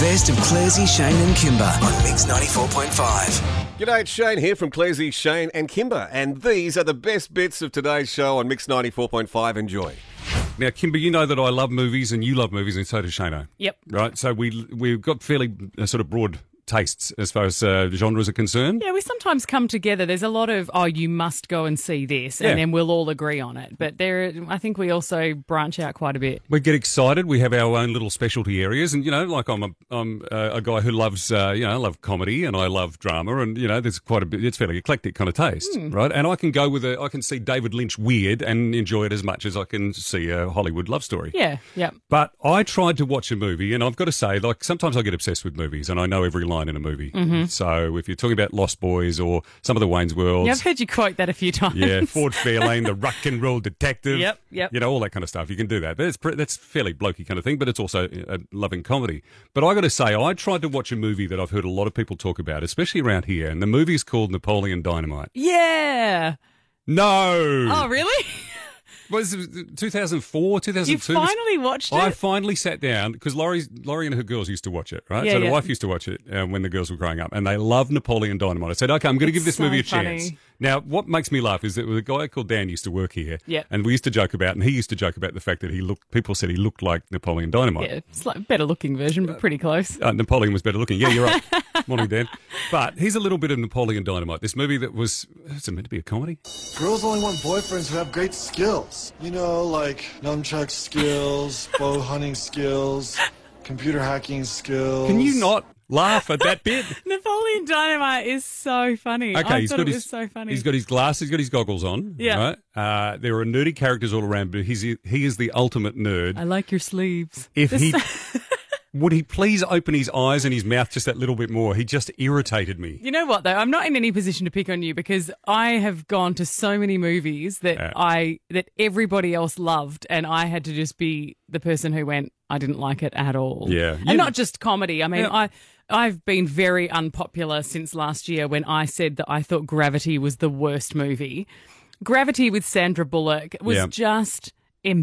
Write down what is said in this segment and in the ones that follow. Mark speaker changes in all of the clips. Speaker 1: best of Clarsey, Shane, and Kimber on Mix 94.5.
Speaker 2: G'day, it's Shane here from Clearsy, Shane and Kimber, and these are the best bits of today's show on Mix 94.5. Enjoy.
Speaker 3: Now, Kimber, you know that I love movies and you love movies, and so does Shano.
Speaker 4: Yep.
Speaker 3: Right. So we we've got fairly uh, sort of broad tastes as far as uh, genres are concerned.
Speaker 4: Yeah, we sometimes come together. There's a lot of oh, you must go and see this, and
Speaker 3: Yeah.
Speaker 4: then we'll all agree on it. But there, I think we also branch out quite a bit.
Speaker 3: We get excited. We have our own little specialty areas, and you know, like I'm a I'm uh, a guy who loves uh, you know I love comedy and I love drama, and you know, there's quite a bit. It's fairly eclectic kind of taste,
Speaker 4: Hmm.
Speaker 3: right? And I can go with a I can see David Lynch weird and enjoy it as much as I can see a Hollywood love story.
Speaker 4: Yeah, yep.
Speaker 3: But I tried to watch a movie, and I've got to say, like, sometimes I get obsessed with movies, and I know every line in a movie.
Speaker 4: Mm-hmm.
Speaker 3: So if you're talking about Lost Boys or some of the Wayne's Worlds,
Speaker 4: Yeah, I've heard you quote that a few times.
Speaker 3: yeah, Ford Fairlane, the rock and roll detective,
Speaker 4: Yep, yep.
Speaker 3: you know, all that kind of stuff. You can do that. That's, pre- that's fairly blokey kind of thing, but it's also a loving comedy. But i got to say, I tried to watch a movie that I've heard a lot of people talk about, especially around here, and the movie's called Napoleon Dynamite.
Speaker 4: Yeah.
Speaker 3: No!
Speaker 4: Oh, really?
Speaker 3: Was it 2004, 2002?
Speaker 4: You finally watched it?
Speaker 3: I finally sat down because Laurie, Laurie and her girls used to watch it, right?
Speaker 4: Yeah,
Speaker 3: so the
Speaker 4: yeah.
Speaker 3: wife used to watch it um, when the girls were growing up, and they loved Napoleon Dynamite. I said, okay, I'm going to give this
Speaker 4: so
Speaker 3: movie a
Speaker 4: funny.
Speaker 3: chance. Now, what makes me laugh is that a guy called Dan used to work here,
Speaker 4: Yep.
Speaker 3: and we used to joke about, and he used to joke about the fact that he looked. People said he looked like Napoleon Dynamite.
Speaker 4: yeah, it's like a better looking version, but pretty close.
Speaker 3: Uh, Napoleon was better looking. Yeah, you're right. Morning, Dan. But here's a little bit of Napoleon Dynamite. This movie that was it's meant to be a comedy.
Speaker 5: Girls only want boyfriends who have great skills. You know, like nunchuck skills, bow hunting skills, computer hacking skills.
Speaker 3: Can you not laugh at that bit?
Speaker 4: Napoleon Dynamite is so funny.
Speaker 3: Okay,
Speaker 4: I
Speaker 3: he's
Speaker 4: thought
Speaker 3: got
Speaker 4: it
Speaker 3: his,
Speaker 4: was so funny.
Speaker 3: He's got his glasses, he's got his goggles on.
Speaker 4: Yeah.
Speaker 3: Right? Uh, there are nerdy characters all around, but he's he is the ultimate nerd.
Speaker 4: I like your sleeves.
Speaker 3: If he would he please open his eyes and his mouth just that little bit more? He just irritated me.
Speaker 4: You know what though? I'm not in any position to pick on you because I have gone to so many movies that
Speaker 3: Yeah.
Speaker 4: I that everybody else loved and I had to just be the person who went I didn't like it at all.
Speaker 3: Yeah.
Speaker 4: And
Speaker 3: You-
Speaker 4: not just comedy. I mean,
Speaker 3: Yeah.
Speaker 4: I I've been very unpopular since last year when I said that I thought Gravity was the worst movie. Gravity with Sandra Bullock was
Speaker 3: Yeah.
Speaker 4: just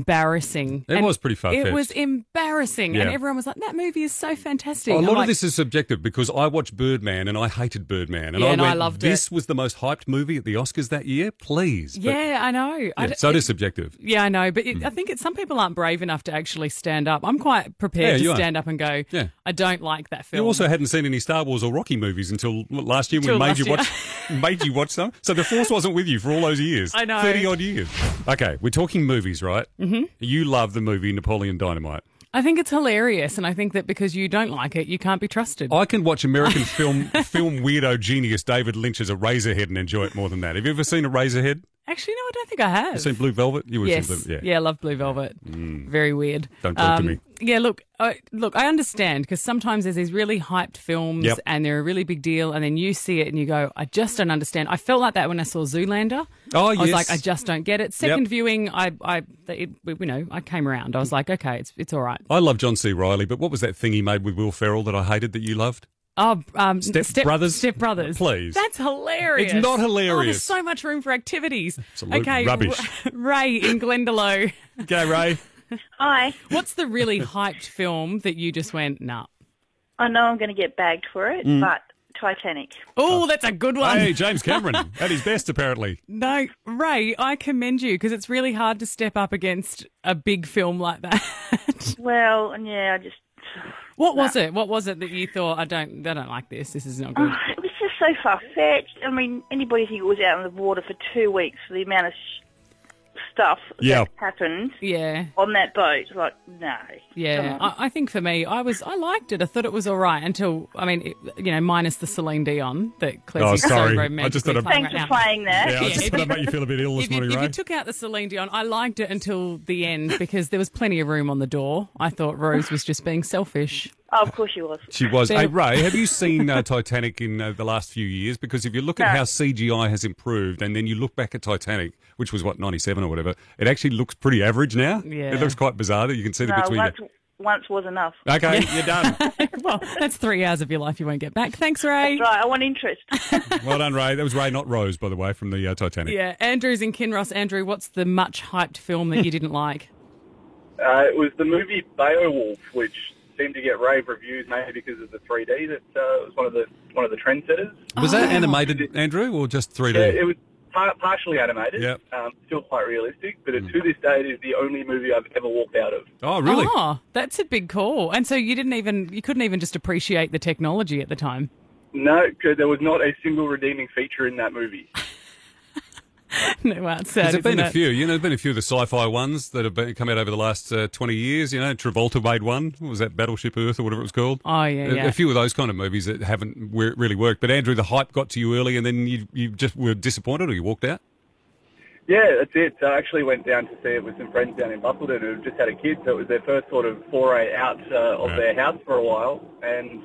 Speaker 4: embarrassing.
Speaker 3: It
Speaker 4: And
Speaker 3: was pretty far-fetched.
Speaker 4: It was embarrassing and
Speaker 3: Yeah.
Speaker 4: everyone was like that movie is so fantastic.
Speaker 3: A
Speaker 4: I'm
Speaker 3: lot of
Speaker 4: like,
Speaker 3: this is subjective because I watched Birdman and I hated Birdman and
Speaker 4: Yeah,
Speaker 3: I
Speaker 4: and I
Speaker 3: went,
Speaker 4: loved it.
Speaker 3: this was the most hyped movie at the Oscars that year. Please, But-
Speaker 4: Yeah, I know. I
Speaker 3: yeah,
Speaker 4: d-
Speaker 3: so it
Speaker 4: it-
Speaker 3: is subjective.
Speaker 4: Yeah, I know, but
Speaker 3: Hmm.
Speaker 4: it, I think it's, some people aren't brave enough to actually stand up. I'm quite prepared
Speaker 3: Yeah, you
Speaker 4: to
Speaker 3: are.
Speaker 4: stand up and go,
Speaker 3: Yeah.
Speaker 4: I don't like that film.
Speaker 3: You also hadn't seen any Star Wars or Rocky movies until what, last year when
Speaker 4: Till
Speaker 3: made
Speaker 4: last
Speaker 3: you
Speaker 4: year.
Speaker 3: watch made you watch some. So the force wasn't with you for all those years.
Speaker 4: I know.
Speaker 3: thirty odd years. Okay, we're talking movies, right? Mm-hmm. You love the movie Napoleon Dynamite.
Speaker 4: I think it's hilarious, and I think that because you don't like it, you can't be trusted.
Speaker 3: I can watch American film film weirdo genius David Lynch as a Razorhead and enjoy it more than that. Have you ever seen a Razorhead?
Speaker 4: Actually, no, I don't think I have.
Speaker 3: Seen Blue Velvet? You were
Speaker 4: yes,
Speaker 3: yeah. Mm.
Speaker 4: yeah, I love Blue Velvet. Very weird. Um,
Speaker 3: Don't talk to me.
Speaker 4: Yeah, look, I, look, I understand because sometimes there's these really hyped films
Speaker 3: Yep.
Speaker 4: and they're a really big deal, and then you see it and you go, I just don't understand. I felt like that when I saw Zoolander.
Speaker 3: Oh,
Speaker 4: I was
Speaker 3: yes.
Speaker 4: like, I just don't get it. Second viewing, I, I, it, you know, I came around. I was like, okay, it's it's all right.
Speaker 3: I love John C. Riley, but what was that thing he made with Will Ferrell that I hated that you loved?
Speaker 4: Oh, um,
Speaker 3: Step Brothers?
Speaker 4: Step Brothers.
Speaker 3: Please.
Speaker 4: That's hilarious.
Speaker 3: It's not
Speaker 4: Oh,
Speaker 3: hilarious.
Speaker 4: there's so much room for activities.
Speaker 3: Absolute
Speaker 4: okay,
Speaker 3: rubbish.
Speaker 4: Ray in Glendalough.
Speaker 3: Go Ray.
Speaker 6: Hi.
Speaker 4: What's the really hyped film that you just went, nah?
Speaker 6: I know I'm going to get bagged for it, but Titanic.
Speaker 4: Oh, that's a good one.
Speaker 3: Hey, James Cameron. At his best, apparently.
Speaker 4: No, Ray, I commend you because it's really hard to step up against a big film like that.
Speaker 6: Well, yeah, I just
Speaker 4: what was it? What was it that you thought I don't, I don't like this. This is not good.
Speaker 6: it was just so far fetched. I mean, anybody who was out on the water for two weeks for the amount of sh- stuff
Speaker 3: Yeah.
Speaker 6: that happened
Speaker 4: yeah,
Speaker 6: on that boat, like no,
Speaker 4: yeah. I, I think for me, I was, I liked it. I thought it was all right until, I mean, it, you know, minus the Celine Dion that Claire's
Speaker 3: Oh,
Speaker 4: so
Speaker 3: sorry. I
Speaker 4: romantically
Speaker 3: just thought I-
Speaker 4: playing
Speaker 6: thanks
Speaker 4: right
Speaker 6: for
Speaker 4: now.
Speaker 6: playing that.
Speaker 3: Yeah, I
Speaker 4: Yeah,
Speaker 3: just
Speaker 4: if
Speaker 3: thought
Speaker 4: you-
Speaker 3: I'd make you feel a bit ill this
Speaker 4: If you,
Speaker 3: morning,
Speaker 4: if
Speaker 3: Ray.
Speaker 4: you took out the Celine Dion, I liked it until the end because there was plenty of room on the door. I thought Rose was just being selfish.
Speaker 6: Oh, of course you was.
Speaker 3: She was.
Speaker 4: Fair-
Speaker 3: Hey, Ray, have you seen uh, Titanic in uh, the last few years? Because if you look at
Speaker 6: No.
Speaker 3: how CGI has improved and then you look back at Titanic, which was, what, 97 or whatever, it actually looks pretty average now.
Speaker 4: Yeah.
Speaker 3: It looks quite bizarre that you can see the
Speaker 6: No,
Speaker 3: bits where
Speaker 6: once,
Speaker 3: you
Speaker 6: once was enough.
Speaker 3: go, Okay, you're done.
Speaker 4: well, that's three hours of your life you won't get back. Thanks, Ray.
Speaker 6: Right, I want interest.
Speaker 3: well done, Ray. That was Ray, not Rose, by the way, from the uh, Titanic.
Speaker 4: Yeah, Andrew's in Kinross. Andrew, what's the much hyped film that you didn't like?
Speaker 7: Uh, it was the movie Beowulf, which seemed to get rave reviews, maybe because of the 3D. That uh, was one of the one of the trendsetters.
Speaker 3: Was that animated, Andrew, or just 3D?
Speaker 7: Yeah, it was par- partially animated.
Speaker 3: Yep. Mm.
Speaker 7: Um, still quite realistic, but to this day, it is the only movie I've ever walked out of.
Speaker 3: oh, really?
Speaker 4: Oh, that's a big call. And so you didn't even you couldn't even just appreciate the technology at the time.
Speaker 7: No, 'cause there was not a single redeeming feature in that movie.
Speaker 4: no, well, it's sad,
Speaker 3: There's been
Speaker 4: isn't
Speaker 3: a
Speaker 4: it?
Speaker 3: few, you know, there's been a few of the sci-fi ones that have been, come out over the last uh, 20 years. You know, Travolta made one. What was that Battleship Earth or whatever it was called?
Speaker 4: Oh, yeah,
Speaker 3: A-
Speaker 4: yeah.
Speaker 3: A few of those kind of movies that haven't w- really worked. But Andrew, the hype got to you early, and then you you just were disappointed, or you walked out.
Speaker 7: Yeah, that's it. I actually went down to see it with some friends down in Bustleton who had just had a kid, so it was their first sort of foray out uh, of
Speaker 3: Right.
Speaker 7: their house for a while, and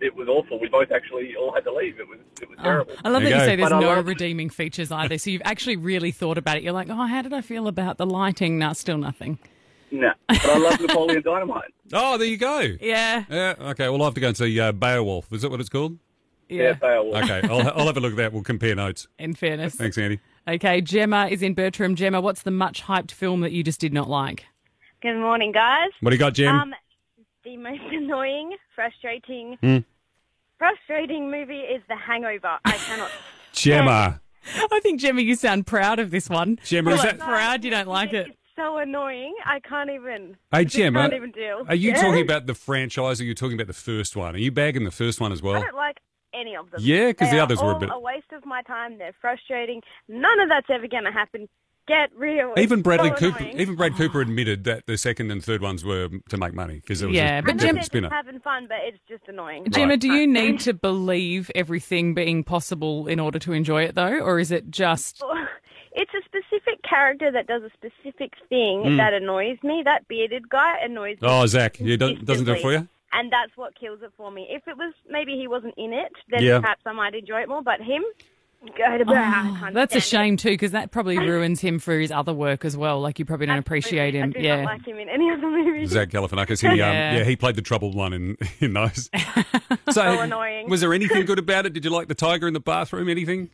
Speaker 7: it was awful. We both actually all had to leave. It was it was terrible.
Speaker 4: I love
Speaker 3: There you
Speaker 4: that you
Speaker 3: go.
Speaker 4: say there's
Speaker 7: But I
Speaker 4: no
Speaker 7: like-
Speaker 4: redeeming features either. So you've actually really thought about it. You're like, oh, how did I feel about the lighting? Nah, still nothing.
Speaker 7: No, but I love Napoleon Dynamite.
Speaker 3: Oh, there you go. Yeah.
Speaker 4: Yeah,
Speaker 3: okay. Well, I have to go and see uh, Beowulf. Is that what it's called?
Speaker 7: Yeah,
Speaker 4: yeah.
Speaker 7: fail.
Speaker 3: Okay. I'll, I'll have a look at that. We'll compare notes.
Speaker 4: In fairness.
Speaker 3: Thanks, Andy.
Speaker 4: Okay, Gemma is in Bertram. Gemma, what's the much hyped film that you just did not like?
Speaker 8: Good morning, guys.
Speaker 3: What do you got, Jim?
Speaker 8: Um, the most annoying, frustrating,
Speaker 3: Hmm.
Speaker 8: frustrating movie is The Hangover. I cannot.
Speaker 3: Gemma.
Speaker 4: I think Gemma, you sound proud of this one.
Speaker 3: Gemma,
Speaker 4: You're
Speaker 3: is
Speaker 4: like
Speaker 3: that-
Speaker 4: proud you don't like it?
Speaker 8: It's so annoying. I can't even.
Speaker 3: Hey,
Speaker 8: just
Speaker 3: Gemma.
Speaker 8: Can't even deal.
Speaker 3: Are you
Speaker 8: Yeah.
Speaker 3: talking about the franchise? Or are you talking about the first one? Are you bagging the first one as
Speaker 8: I
Speaker 3: well?
Speaker 8: don't like any of them.
Speaker 3: Yeah, 'cause
Speaker 8: They
Speaker 3: the
Speaker 8: are
Speaker 3: others were a
Speaker 8: all
Speaker 3: bit-
Speaker 8: a waste of my time. They're frustrating. None of that's ever going to happen. Get real. It's
Speaker 3: Even Bradley
Speaker 8: so
Speaker 3: Cooper,
Speaker 8: annoying.
Speaker 3: even Brad Cooper admitted that the second and third ones were to make money because it was
Speaker 4: Yeah,
Speaker 3: a
Speaker 4: but
Speaker 8: I know
Speaker 3: different
Speaker 8: they're just
Speaker 3: spinner.
Speaker 8: having fun, but it's just annoying.
Speaker 4: Gemma,
Speaker 3: Right.
Speaker 4: do you need to believe everything being possible in order to enjoy it, though? Or is it just.
Speaker 8: Oh, It's a specific character that does a specific thing that annoys me. That bearded guy annoys me.
Speaker 3: Mm. Oh, Zach, you don't, doesn't do it for
Speaker 8: consistently.
Speaker 3: you.
Speaker 8: And that's what kills it for me. If it was maybe he wasn't in it, then
Speaker 3: Yeah.
Speaker 8: perhaps I might enjoy it more. But him, go to blah, I can't
Speaker 4: Oh, "Ah, That's a
Speaker 8: stand
Speaker 4: shame, too, because that probably ruins him for his other work as well. Like, you probably don't
Speaker 8: it.
Speaker 4: appreciate him.
Speaker 8: I do
Speaker 4: yeah.
Speaker 8: not like him in any other movie.
Speaker 3: Zach Galifianakis, he, um,
Speaker 4: Yeah.
Speaker 3: yeah. he played the troubled one in in those. so,
Speaker 8: annoying.
Speaker 3: was there anything good about it? Did you like the tiger in the bathroom? Anything?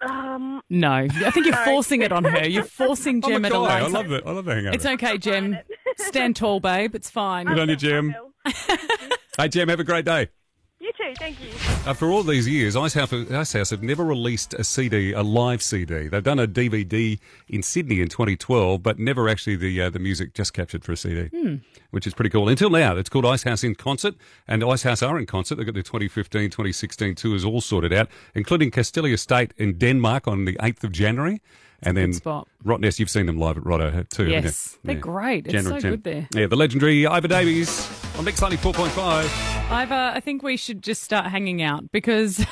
Speaker 8: Um,
Speaker 4: No, I think you're forcing it on her. You're forcing
Speaker 3: Oh my
Speaker 4: Gemma to
Speaker 3: God,
Speaker 4: like
Speaker 3: I
Speaker 4: it.
Speaker 3: love it. I love the hangover.
Speaker 4: It's okay, Gem. Stand tall, babe. It's fine.
Speaker 3: Good on you, Jim.
Speaker 8: well,
Speaker 3: Hey, Jim, have a great day.
Speaker 8: you too. Thank you.
Speaker 3: After all these years, Ice House, Ice House have never released a CD, a live CD. They've done a DVD in Sydney in 2012, but never actually the uh, the music just captured for a CD,
Speaker 4: Hmm.
Speaker 3: which is pretty cool. Until now, it's called Ice House in Concert, and Ice House are in concert. They've got their 2015, 2016 tours all sorted out, including Castelia State in Denmark on the 8th of January. And then
Speaker 4: spot.
Speaker 3: Rottnest, you've seen them live at Rotter too. haven't you?
Speaker 4: Yes, they're great. It's so good there.
Speaker 3: Yeah, the legendary Ivor Davies on Mix 94.5.
Speaker 4: Ivor, uh, I think we should just start hanging out because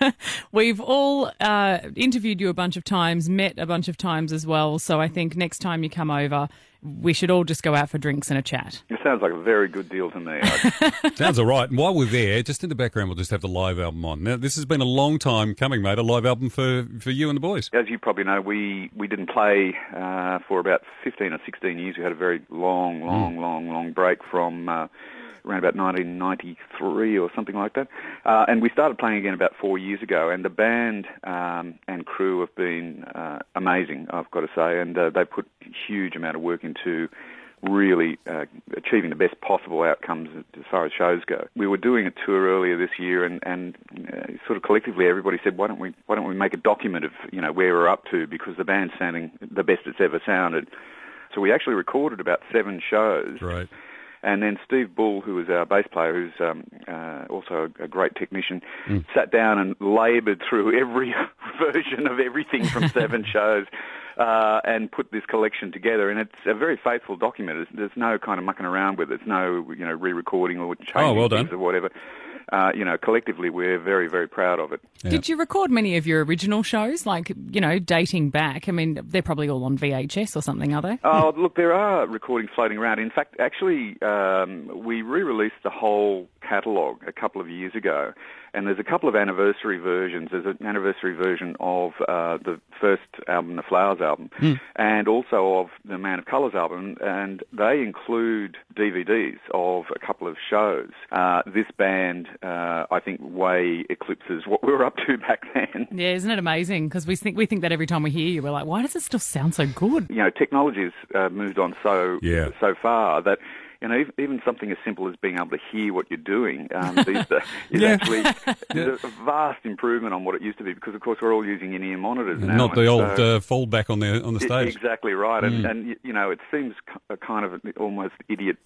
Speaker 4: we've all uh, interviewed you a bunch of times, met a bunch of times as well. So I think next time you come over, we should all just go out for drinks and a chat.
Speaker 9: It sounds like a very good deal to me. Uh, I-
Speaker 3: Sounds all right. And while we're there, just in the background, we'll just have the live album on. Now, this has been a long time coming, mate. A live album for, for you and the boys.
Speaker 9: As you probably know, we, we didn't play uh, for about 15 or 16 years. We had a very long, long, long, long break from uh, around about 1993 or something like that. Uh, and we started playing again about four years ago. And the band um, and crew have been uh, amazing, I've got to say. And uh, they put huge amount of work into really uh, achieving the best possible outcomes as far as shows go. We were doing a tour earlier this year, and, and uh, sort of collectively, everybody said, "Why don't we Why don't we make a document of you know where we're up to?" Because the band's sounding the best it's ever sounded. So we actually recorded about seven shows.
Speaker 3: Right.
Speaker 9: And then Steve Bull, who was our bass player, who's um, uh, also a, a great technician,
Speaker 3: Hmm.
Speaker 9: sat down and laboured through every version of everything from seven shows uh, and put this collection together. And it's a very faithful document. There's, there's no kind of mucking around with it. There's no you know re-recording or changing
Speaker 3: Oh, well done.
Speaker 9: things or whatever. Uh, you know, collectively, we're very, very proud of it.
Speaker 4: Did you record many of your original shows? Like, you know, dating back? I mean, they're probably all on VHS or something, are they?
Speaker 9: Oh, look, there are recordings floating around. In fact, actually, um, we re-released the whole catalogue a couple of years ago, and there's a couple of anniversary versions. There's an anniversary version of uh, the first album, the Flowers album, and also of the Man of Colours album, and they include DVDs of a couple of shows. Uh, this band, uh, I think, way eclipses what we were up to back then.
Speaker 4: Yeah, isn't it amazing? Because we think, we think that every time we hear you, we're like, why does it still sound so good?
Speaker 9: you know, technology's uh, moved on so
Speaker 3: Yeah.
Speaker 9: so far that you know, even, even something as simple as being able to hear what you're doing um, these days is
Speaker 3: Yeah.
Speaker 9: actually is a vast improvement on what it used to be. Because of course we're all using in-ear monitors now.
Speaker 3: Not the
Speaker 9: and
Speaker 3: old
Speaker 9: so-
Speaker 3: uh, foldback on the on the
Speaker 9: I-
Speaker 3: stage.
Speaker 9: e-,
Speaker 3: Mm.
Speaker 9: Exactly right, and, and y- you know it seems k- a kind of almost idiot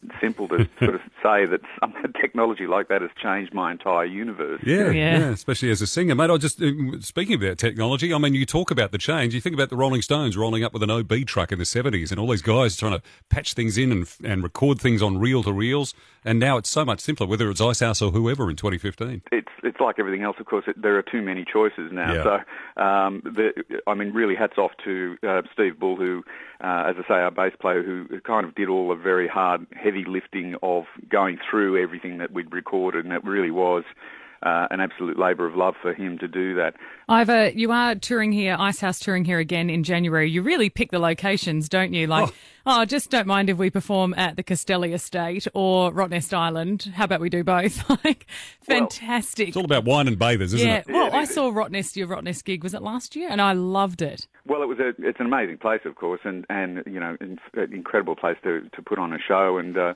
Speaker 9: simple to sort of say that some technology like that has changed my entire universe.
Speaker 3: Yeah, yeah,
Speaker 4: Yeah.
Speaker 3: especially as a singer, mate. I just uh, speaking about technology. I mean, you talk about the change. You think about the Rolling Stones rolling up with an OB truck in the seventies, and all these guys trying to patch things in and and record things on reel to reels. And now it's so much simpler, whether it's Ice House or whoever in twenty fifteen.
Speaker 9: It's it's like everything else, of course. It, there are too many choices now.
Speaker 3: Yeah.
Speaker 9: So, um, the, I mean, really, hats off to uh, Steve Bull, who, uh, as I say, our bass player, who who kind of did all the very hard, heavy lifting of going through everything that we'd recorded, and it really was uh, an absolute labour of love for him to do that.
Speaker 4: Ivor, you are touring here, Ice House touring here again in January. You really pick the locations, don't you? Like, oh, just don't mind if we perform at the Castelli Estate or Rottnest Island. How about we do both? like, fantastic.
Speaker 3: It's all about wine and bathers, isn't
Speaker 4: yeah.
Speaker 3: it?
Speaker 4: Well, I saw Rottnest, your Rottnest gig, was it last year? And I loved it.
Speaker 9: Well, it was a, it's an amazing place, of course, and and you know, in, an incredible place to to put on a show and. Uh,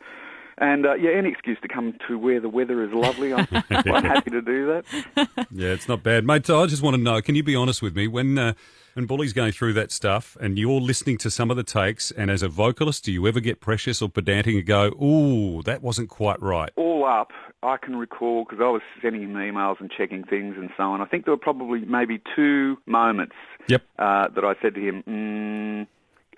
Speaker 9: and uh, yeah, any excuse to come to where the weather is lovely, I'm quite happy to do that.
Speaker 3: Yeah, it's not bad, mate. I just want to know: Can you be honest with me when uh, when Bully's going through that stuff, and you're listening to some of the takes? And as a vocalist, do you ever get precious or pedantic and go, "Ooh, that wasn't quite right"?
Speaker 9: All up, I can recall because I was sending him emails and checking things and so on. I think there were probably maybe two moments
Speaker 3: Yep.
Speaker 9: uh, that I said to him, mm,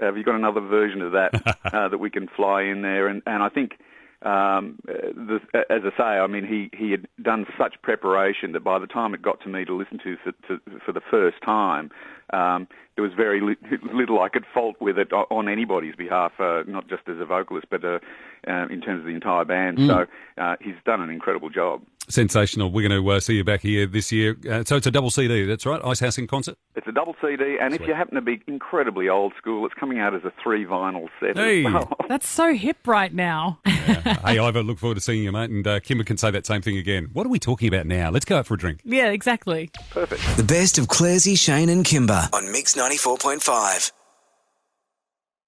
Speaker 9: "Have you got another version of that uh, that we can fly in there?" And, and I think, um, uh, the, as I say, I mean, he, he had done such preparation that by the time it got to me to listen to for, to, for the first time, um, there was very li- little I could fault with it o- on anybody's behalf, uh, not just as a vocalist, but uh, uh, in terms of the entire band. So uh, he's done an incredible job.
Speaker 3: Sensational. We're going to uh, see you back here this year. Uh, so it's a double CD, that's right. Ice House in concert.
Speaker 9: It's a double CD, and if you happen to be incredibly old school, it's coming out as a three vinyl set
Speaker 3: Hey.
Speaker 9: as well.
Speaker 4: That's so hip right now.
Speaker 3: hey, Ivor, look forward to seeing you, mate. And uh, Kimber can say that same thing again. What are we talking about now? Let's go out for a drink.
Speaker 4: yeah, exactly.
Speaker 1: The best of Clarsey, Shane, and Kimber on Mix 94.5.